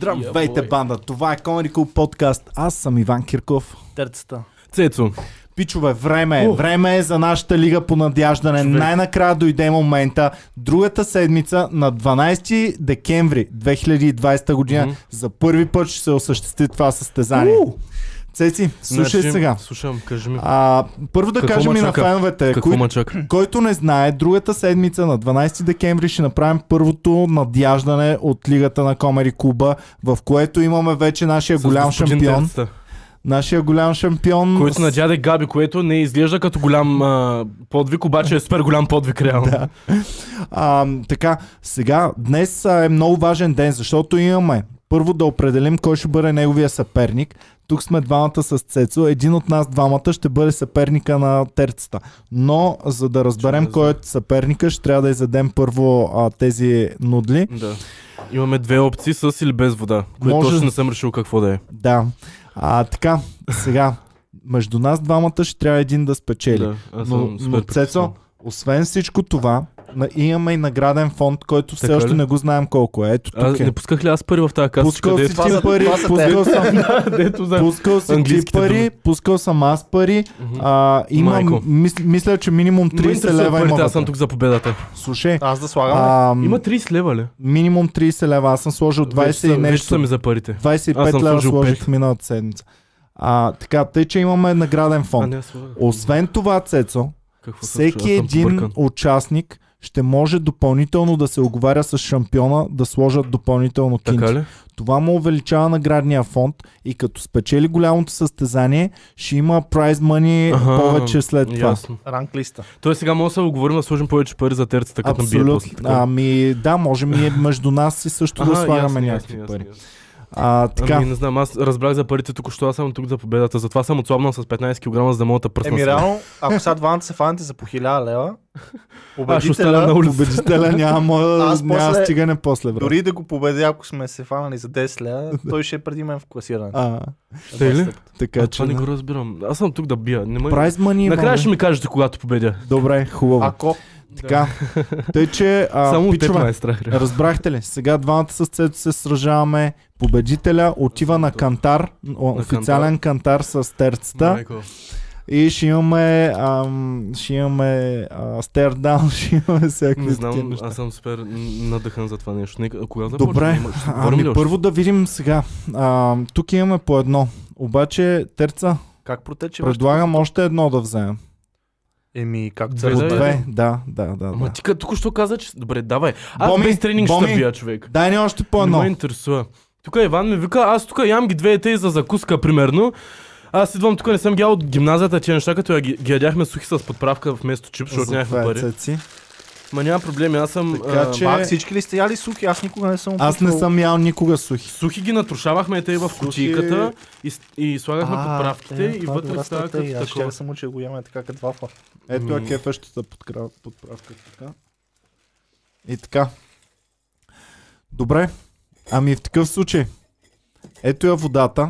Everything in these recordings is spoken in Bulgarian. Здравейте, банда! Това е Comedy Club подкаст. Аз съм Иван Кирков. Терцата. Цецо. Пичове, време е. Ух. Време е за нашата лига по надяждане. Човек. Най-накрая дойде момента. Другата седмица на 12 декември 2020 година Мгм. за първи път ще се осъществи това състезание. Цеци, слушай Значи, сега. Слушам, кажи ми. А, първо да Какво кажем ме и на чака? феновете, Какво кои, ме чака? който не знае, другата седмица на 12 декември ще направим първото надяждане от лигата на Комери Куба, в което имаме вече нашия С голям господин шампион. Терцата, Нашия голям шампион. Който на дяде Габи, което не изглежда като голям а, подвиг, обаче е супер голям подвиг реално. Да. А, така, сега, днес а, е много важен ден, защото имаме първо да определим кой ще бъде неговия съперник. Тук сме двамата с Цецо. Един от нас двамата ще бъде съперника на терцата. Но за да разберем Чудесно. кой е съперника, ще трябва да изядем първо а, тези нудли. да. Имаме две опции с или без вода, което Може- Може... точно не съм решил какво да е. Да. А, така, сега, между нас двамата ще трябва един да спечели. Да, аз Е но, съм супер но Цецо, притеснен. освен всичко това, на- имаме и награден фонд, който все Така още ли? не го знаем колко е. Ето А, тук е. не пусках ли аз пари в тази касичка, е Пускал си дето, Това ти за- пари, това за пускал съм, дето за... пускал си ти Английските пари, думи. пускал съм аз пари. Мгм. А, има, Майко. мис, мисля, че минимум Не ме 30 интересуват лева е парите, има. Аз съм вътре. тук за победата. Слушай, Аз да слагам. ли? а, Има 30 лева ли? минимум 30 лева. Аз съм сложил 20 и Вече са- Вече са нещо. ми за парите. Аз 25 съм лева сложил сложих пет. миналата седмица. А, така, тъй, че имаме награден А, фонд. не, аз слагах. Освен това, Цецо, Какво се всеки случва? Аз съм един побъркан. участник ще може допълнително да се оговаря с шампиона да сложат допълнително кинти. Така ли? Това му увеличава наградния фонд и като спечели голямото състезание, ще има прайз мъни Аха, повече след Е, това. Ясно. Ранк листа. Той сега може да се оговорим да сложим повече пари за терцата, като набие после. Абсолютно. така. Ами да, можем и между нас и също да Аха, слагаме ясно, някакви ясно, ясно, пари. ясно. А, така, Ами не знам, аз разбрах за парите тук, що аз съм тук за победата. Затова съм отслабнал с 15 кг, за да мога да пръсна. Еми сега. реално, ако сега двамата се фанете за по 1000 лева, аз ще остана на победителя, улица. победителя няма, Аз няма после- стигане после време. дори да го победя, ако сме се фанали за 10 лева, той ще е преди мен в класирането. А, е Ще ли? така А, че... това не го разбирам. Аз съм тук да бия. Не ме... Прайз мани Накрая ще ми кажете, когато победя. Добре, хубаво. Ако Така. Тъй, че а, Само от теб пичове, ме е страх. реално. Разбрахте ли? Сега двамата с Цето се сражаваме. Победителя отива на кантар, о, На официален кантар с терцата Майко. и ще имаме, ам, ще имаме а, стердаун, ще имаме всякакви Не такива знам, неща. аз съм супер надъхан за това нещо. Нека, кога започваме? Добре, Ма, ще говорим ли ами още? първо да видим сега. А, тук имаме по едно. Обаче, Терца, как протече? предлагам още едно да вземем. Еми, както Две се да По е. две, да, да, да. да. Ама ти като току-що каза, че... Добре, давай. Аз Боми, без тренинг ще Боми. бия човек. Дай ни още по Не ме едно. интересува. Тук Иван ми вика, аз тук ям ги двете и за закуска, примерно. Аз идвам тук, не съм гял от гимназията тия неща, като я ги, ги ядяхме сухи с подправка вместо чип, защото нямахме Затова е, пари. Цеци. Ма няма проблеми, аз съм... Така а, че- Пак всички ли сте яли суки? Аз никога не съм Аз не опитвал. съм ял никога сухи. Сухи ги натрушавахме те в кутийката и, с- и слагахме А, подправките е, и това е вътре добра става като стратегия. Аз такова. ще съм учил го имаме така като вафа. Ето е М. кефещата подкра- подправка така. И така. Добре. Ами в такъв случай. Ето я водата.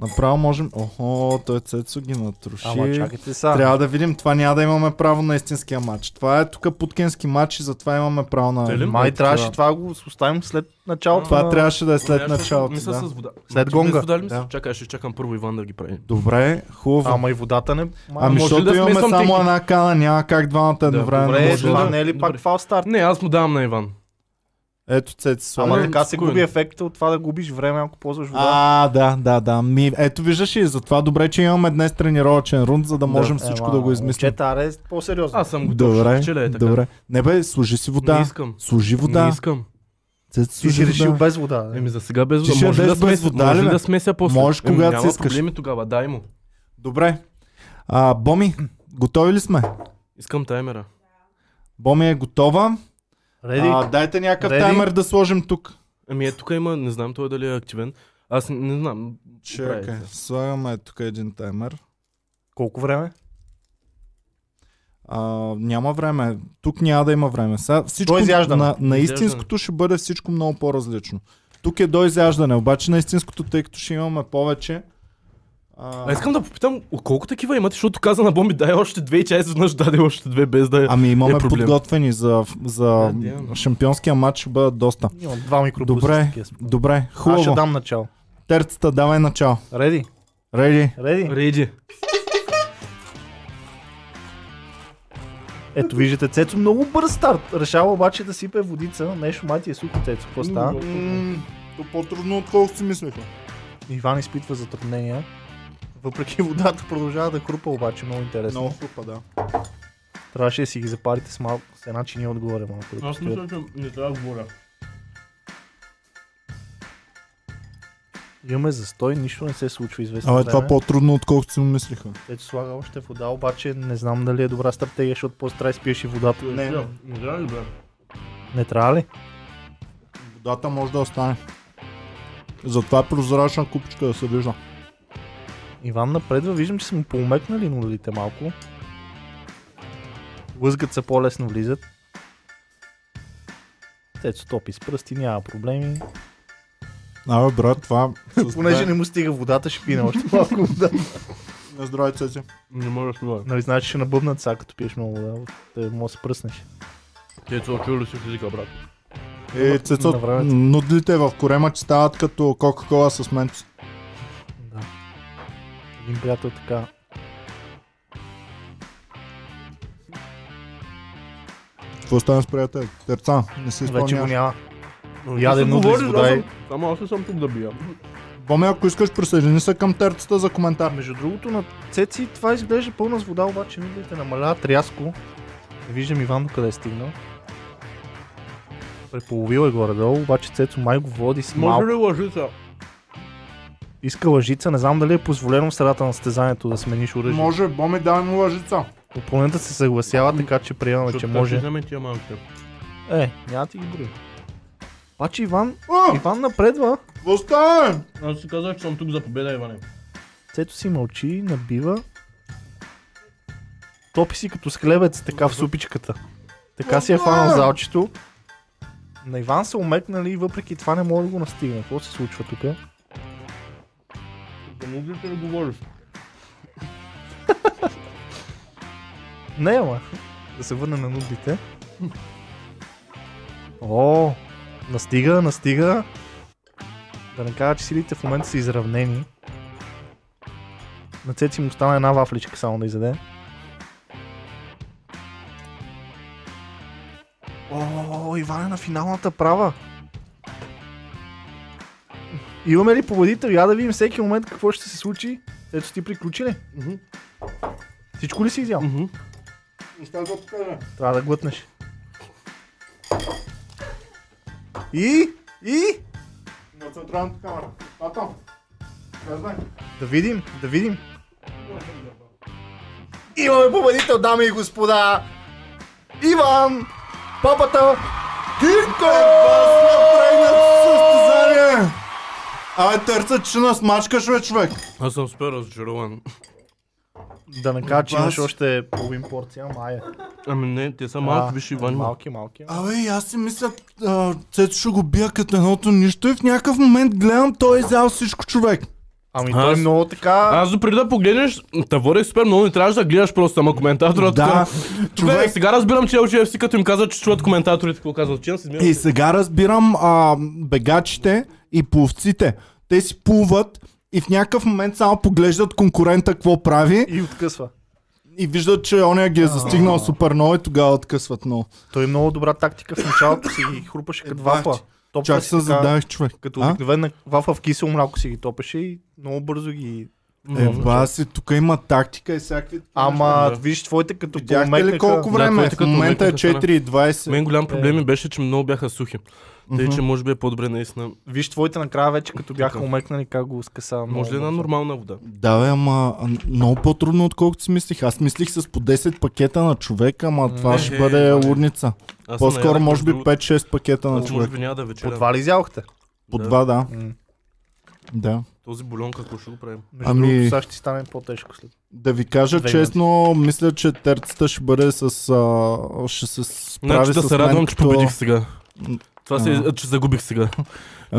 Направо можем... Охо, той Цецо ги натруши. Ама чакайте сега. Трябва да видим. Това няма да имаме право на истинския матч. Това е тук путкински матч и затова имаме право Те на... ли? Май на трябваше такива. това го оставим след началото. Това на- трябваше да е след Ами аз ще- началото. Мисля Да. с вода. След Ти гонга. Без вода ли мисля? Да. Чакай, ще чакам първо Иван да ги прави. Добре, хубаво. Ама и водата не... Ами може ли защото да имаме смесвам само техни- една кана, няма как двамата едновременно. Добре, може може това да- не е ли пак Добре. фал старт? Не, аз му давам на Иван. Ето Цеци слага. Ама Ама така се спокойно. губи ефекта от това да губиш време, ако ползваш вода. А, да, да, да. Ми, ето виждаш и затова добре, че имаме днес тренировъчен рунд, за да е, можем всичко да го измислим. Чета, аре, по-сериозно. Аз съм готов. Добре, ще печеля, е така. добре. Не бе, служи си Не вода. искам. Служи Не вода. искам. Цец, Ти служи си решил вода. без вода. бе. Еми за сега без Ти ще вода. Може ли да ядеш без смеся, вода, може ли, ли бе? да смеся после? Можеш, Еми, когато си няма искаш. проблеми тогава, дай му. Добре. А, Боми, готови ли сме? Искам таймера. Боми е готова. Реди? А, дайте някакъв Ready? таймер да сложим тук. Ами е, тук има, не знам той дали е активен. Аз не, не знам. Чакай, Правите. слагаме тук един таймер. Колко време? А, няма време. Тук няма да има време. Сега всичко До изяждане. на, на Изяждане. истинското ще бъде всичко много по-различно. Тук е до изяждане, обаче на истинското, тъй като ще имаме повече, А, А искам да попитам, колко такива имате, защото каза на Бомби, дай още две и тя изведнъж даде още две без да е. ами имаме е проблем. подготвени за, Е, за Да, да. шампионския матч, ще бъдат доста. Имам два микробуса. Добре, добре, Аз ще хубаво. дам начало. Терцата, давай начало. Реди? Реди? Реди? Рейди. Ето виждате, Цецо много бърз старт. Решава обаче да сипе водица. Нещо мати е сухо, Цецо. Какво става? То по-трудно, отколкото си мислеха. Иван изпитва затруднения. Въпреки водата продължава да крупа, обаче много Е, интересно. хупа, да. Трябваше да си ги запарите с малко, с една чиния отгоре малко. да Аз постоят. мисля, че не трябва да говоря. Имаме застой, нищо не се случва известно Абе, време. това по-трудно, отколкото си мислеха. Ето слага още вода, обаче не знам дали е добра стратегия, защото после трябва да спиеш и водата. Не, Не трябва ли, бе? Не трябва ли? водата може да остане. Затова е прозрачна купичка да се вижда. Иван напредва, виждам, че са му поумекнали нулите малко. Лъзгат се по-лесно влизат. Цецо топи с пръсти, няма проблеми. Абе, брат, това... с две- Понеже не му стига водата, ще пина още малко вода. На здраве, цеци. Не мога да смога. нали знаеш, че ще набъбнат сега, като пиеш много вода. Те може да се пръснеш. Те са чули си физика, брат. Е, на цецо, времето. нудлите в корема ти стават като Кока-Кола с мент. Да. Един приятел така. Какво стана с приятел? Терца, не се Вече го изпълняваш. няма. Яде нудли с вода и- Само аз не съм тук да бия. Боме, ако искаш, присъедини се към терцата за коментар. Между другото на Цеци това изглежда пълна с вода, обаче нудлите намаляват рязко. Не виждам Иван до къде е стигнал. Преполовил е горе-долу, обаче Цецо май го води с малко. Може ли лъжица? Иска лъжица, не знам дали е позволено в средата на състезанието да смениш оръжие. Може, Боме, дай му лъжица. Опонентът се съгласява, така че приемаме, че може. Вземе тия малките. Е, няма ти ги брои. Обаче Иван, А, Иван напредва. какво става? Аз си казах, че съм тук за победа, Иване. Цето си мълчи, набива. Топи си като с хлебец, така в супичката. Така си е фанал залчето. На Иван са умекнали и въпреки това не може да го настигне. Какво се случва тук? Да му да не говориш. Не, ама. Да се върне на нудите. О, настига, настига. Да не кажа, че силите в момента са изравнени. На Цеци му остана една вафличка само да изяде. О, Иван е на финалната права. Имаме ли победител? Я да видим всеки момент какво ще се случи. Ето ти приключи ли? Мгм. Всичко ли си изял? Мгм. Трябва да глътнеш. И, и, На централната камера. Тато, не знай. да видим, да видим. Имаме победител, дами и господа! Иван, папата, Кирко! Напрегнат състезание! Абе, търца, че нас мачкаш, бе, човек. Аз съм супер разочарован. Да не кажа, че Бас. имаш още половин порция, мая. Ами не, те са малки, А, виж Иван. Малки. Малки, малки. Абе, и аз си мисля, а, Цецо ще го бия като едното нищо и в някакъв момент гледам, той е взял всичко, човек. Ами Аз- той е много така... Аз допреди да погледнеш, та водех супер много, не трябваше да гледаш просто ама коментатора. Да, тук. Човек, човек. сега разбирам, че LGFC като им каза, че чуват коментаторите, какво казват. Че си И сега разбирам а, бегачите и пловците. Те си плуват и в някакъв момент само поглеждат конкурента какво прави И откъсва. и виждат, че оня ги е застигнал супер много и тогава откъсват много. Той е много добра тактика в началото си ги хрупаше като бах ти. вафла. Топка Е, е Чак си се така, задавих, човек. Като А? обикновена вафла в кисело мляко си ги топеше и много бързо ги Е, баси, тук има тактика и всякакви... Ама Да. виж твоите като Видяхте ли помекнаха- колко Да, време? твоите в като момента е умекнаха стана. 4.20. Мен голям проблем е. ми беше, че много бяха сухи. Тъй, че може би е по-добре наистина. Виж твоите накрая вече като бяха Така. умекнали как го скъса. много Може ли една бързо. нормална вода? Да, бе, ама а, много по-трудно, отколкото си мислих. Аз мислих с по 10 пакета на човека, ама това Не, ще е, бъде е, лудница. Аз По-скоро може би 5 5-6 пакета на Значи, Може човек. би няма да По вечеря. два ли изялхте? По два, да. М. Да. Този бульон какво ще го правим? Между Ами- другото, сега ще ти стане по-тежко след. Да ви кажа Две честно, мисля, че терцата ще бъде с... А, ще се справи Значи да с се мен радвам, че като- победих сега. Това се, А. че загубих сега. Това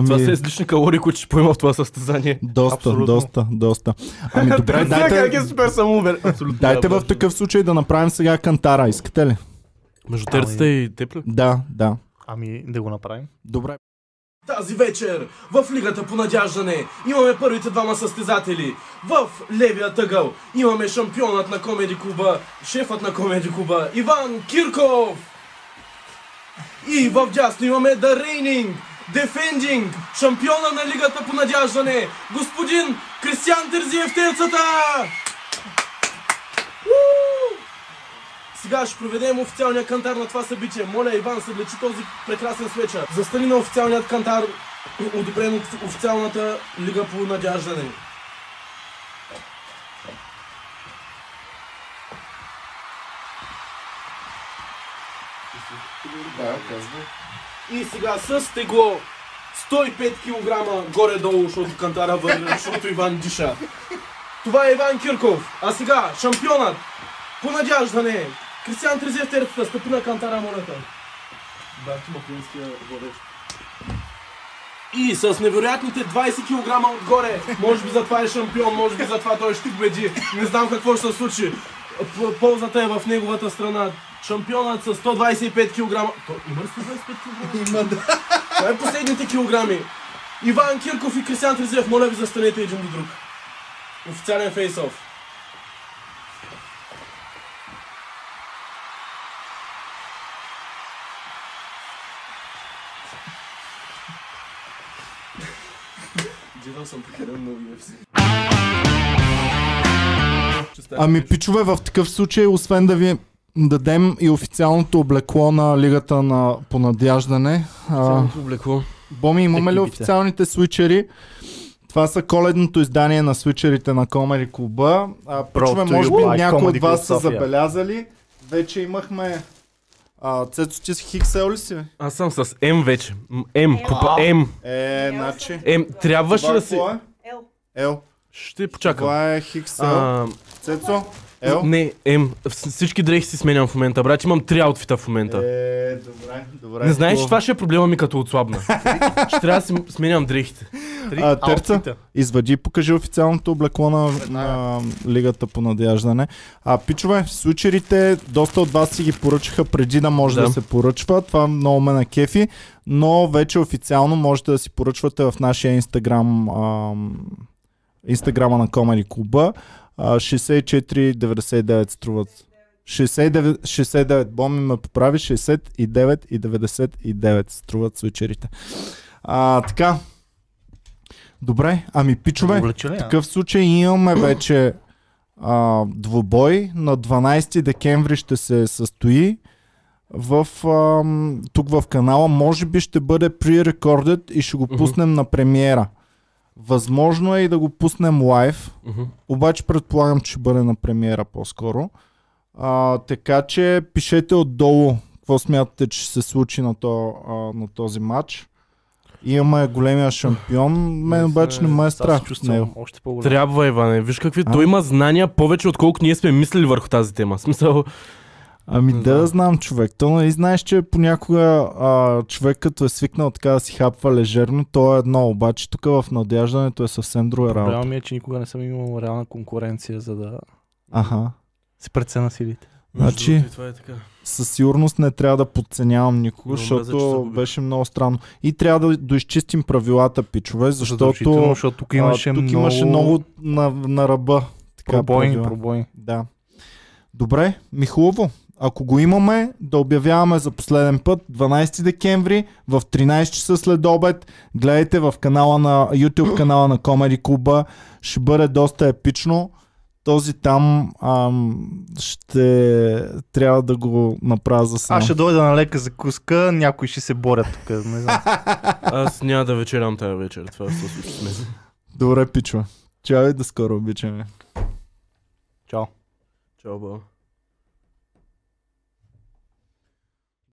са е Ами, излишни калории, които ще поема в това състезание. доста, Абсолютно. доста, доста. Ами добре, Как дайте, е супер самоуверен. Абсолютно. дайте Да, в бе. такъв случай да направим сега кантара, искате ли? Между терцата и тепля. Да, да. Ами да го направим. Добре. Тази вечер в Лигата по надяждане имаме първите двама състезатели. В левия тъгъл имаме шампионът на Комеди Куба, шефът на Комеди Куба Иван Кирков. И в дясно имаме The Reigning, Defending, шампиона на Лигата по надяждане, господин Кристиан Терзиев Тецата! Уу! Сега ще проведем официалния кантар на това събитие. Моля Иван, съблечи този прекрасен свечер. Застани на официалният кантар, одобрен от официалната лига по надяждане. И сега с тегло 105 кг горе-долу, защото кантара върви, защото Иван диша. Това е Иван Кирков. А сега шампионът по надяждане. Кристиан Трезев терцата, стъпи на кантара, моля те. Барти Мапинския водеж. И с невероятните 20 кг отгоре, може би затова е шампион, може би затова той ще победи. Не знам какво ще се случи. П- Ползата е в неговата страна. Шампионът с 125 кг. То, има ли 125 кг? Има, да. Това е последните килограми. Иван Кирков и Кристиан Трезев, моля ви застанете един до друг. Официален фейс-оф. Гледал съм прекалено много UFC. Ами, пичове, в такъв случай, освен да ви дадем и официалното облекло на Лигата на понадяждане. А, Само Облекло. Боми, имаме ли Екипите. официалните свичери? Това са коледното издание на свичерите на Комери клуба. А, пичове, to може you би by някои от Comedy вас Club са Sofia. забелязали. Вече имахме... А, Цецо, ти си хиксел ли си? бе? Аз съм с М вече. М, М. Попа М. Е, значи... М. Трябваше Това да си... какво е? Ел. Ел. Ще почакам. Това е хиксел. А, Цецо? Ел? Не, М. Вс- Всички дрехи си сменям в момента, брат. Имам три аутфита в момента. Е, добре, добре. Не знаеш, хубаво. това ще е проблема ми като отслабна. Ще трябва да си сменям дрехите. Три А, терца? аутфита. Извади и покажи официалното облекло на, на Лигата по надяждане. А пичове, сучерите, доста от вас си ги поръчаха преди да може да, Да. да се поръчва. Това много ме на кефи, но вече официално можете да си поръчвате в нашия инстаграм, ам, инстаграма на Комери Клуба. А, 64,99 струват. 69, 69, Боми ме поправи, 69,99 струват сучерите. А, така. Добре, ами пичове, Облече ли, а? в такъв случай имаме вече а, двубой. На 12 декември ще се състои в, ам, тук в канала. Може би ще бъде pre-recorded и ще го Мгм. пуснем на премиера. Възможно е и да го пуснем лайв, Мгм. обаче предполагам, че ще бъде на премиера по-скоро. А, така че пишете отдолу какво смятате, че ще се случи на, то, а, на този матч. Имаме големия шампион, мен обаче не ме е Аз страх се от него. чувствам още по-голям. Трябва, Иване. Виж какви. А? Той има знания повече, отколкото ние сме мислили върху тази тема. В Смисъл. Ами Не да, да знам. знам човек. То нали знаеш, че понякога а, човек като е свикнал така да си хапва лежерно, то е едно, обаче тук в надяждането е съвсем друга Проблема работа. ми е, че никога не съм имал реална конкуренция, за да Аха. си прецена силите. Значи- Между другото и Това е така. със сигурност не трябва да подценявам никого, Имам значи мръза, че защото загубих. беше много странно. И трябва да доизчистим правилата, пичове, Задължително, защото защото тук а, имаше тук много, имаше много на, на ръба. Така, пробойни, правила. пробойни. Да. Добре, ми хубаво. Ако го имаме, да обявяваме за последен път 12 декември в 13 часа след обед. Гледайте в канала на YouTube канала на Comedy Клуба. Ще бъде доста епично. Този там ам, ще трябва да го направя за сам. Аз ще дойда на лека закуска, някой ще се борят тук. Не знам. Аз няма да вечерям тази вечер. Това се случи с мен. Добре, пичва. Чао и да скоро обичаме. Чао. Чао, баба.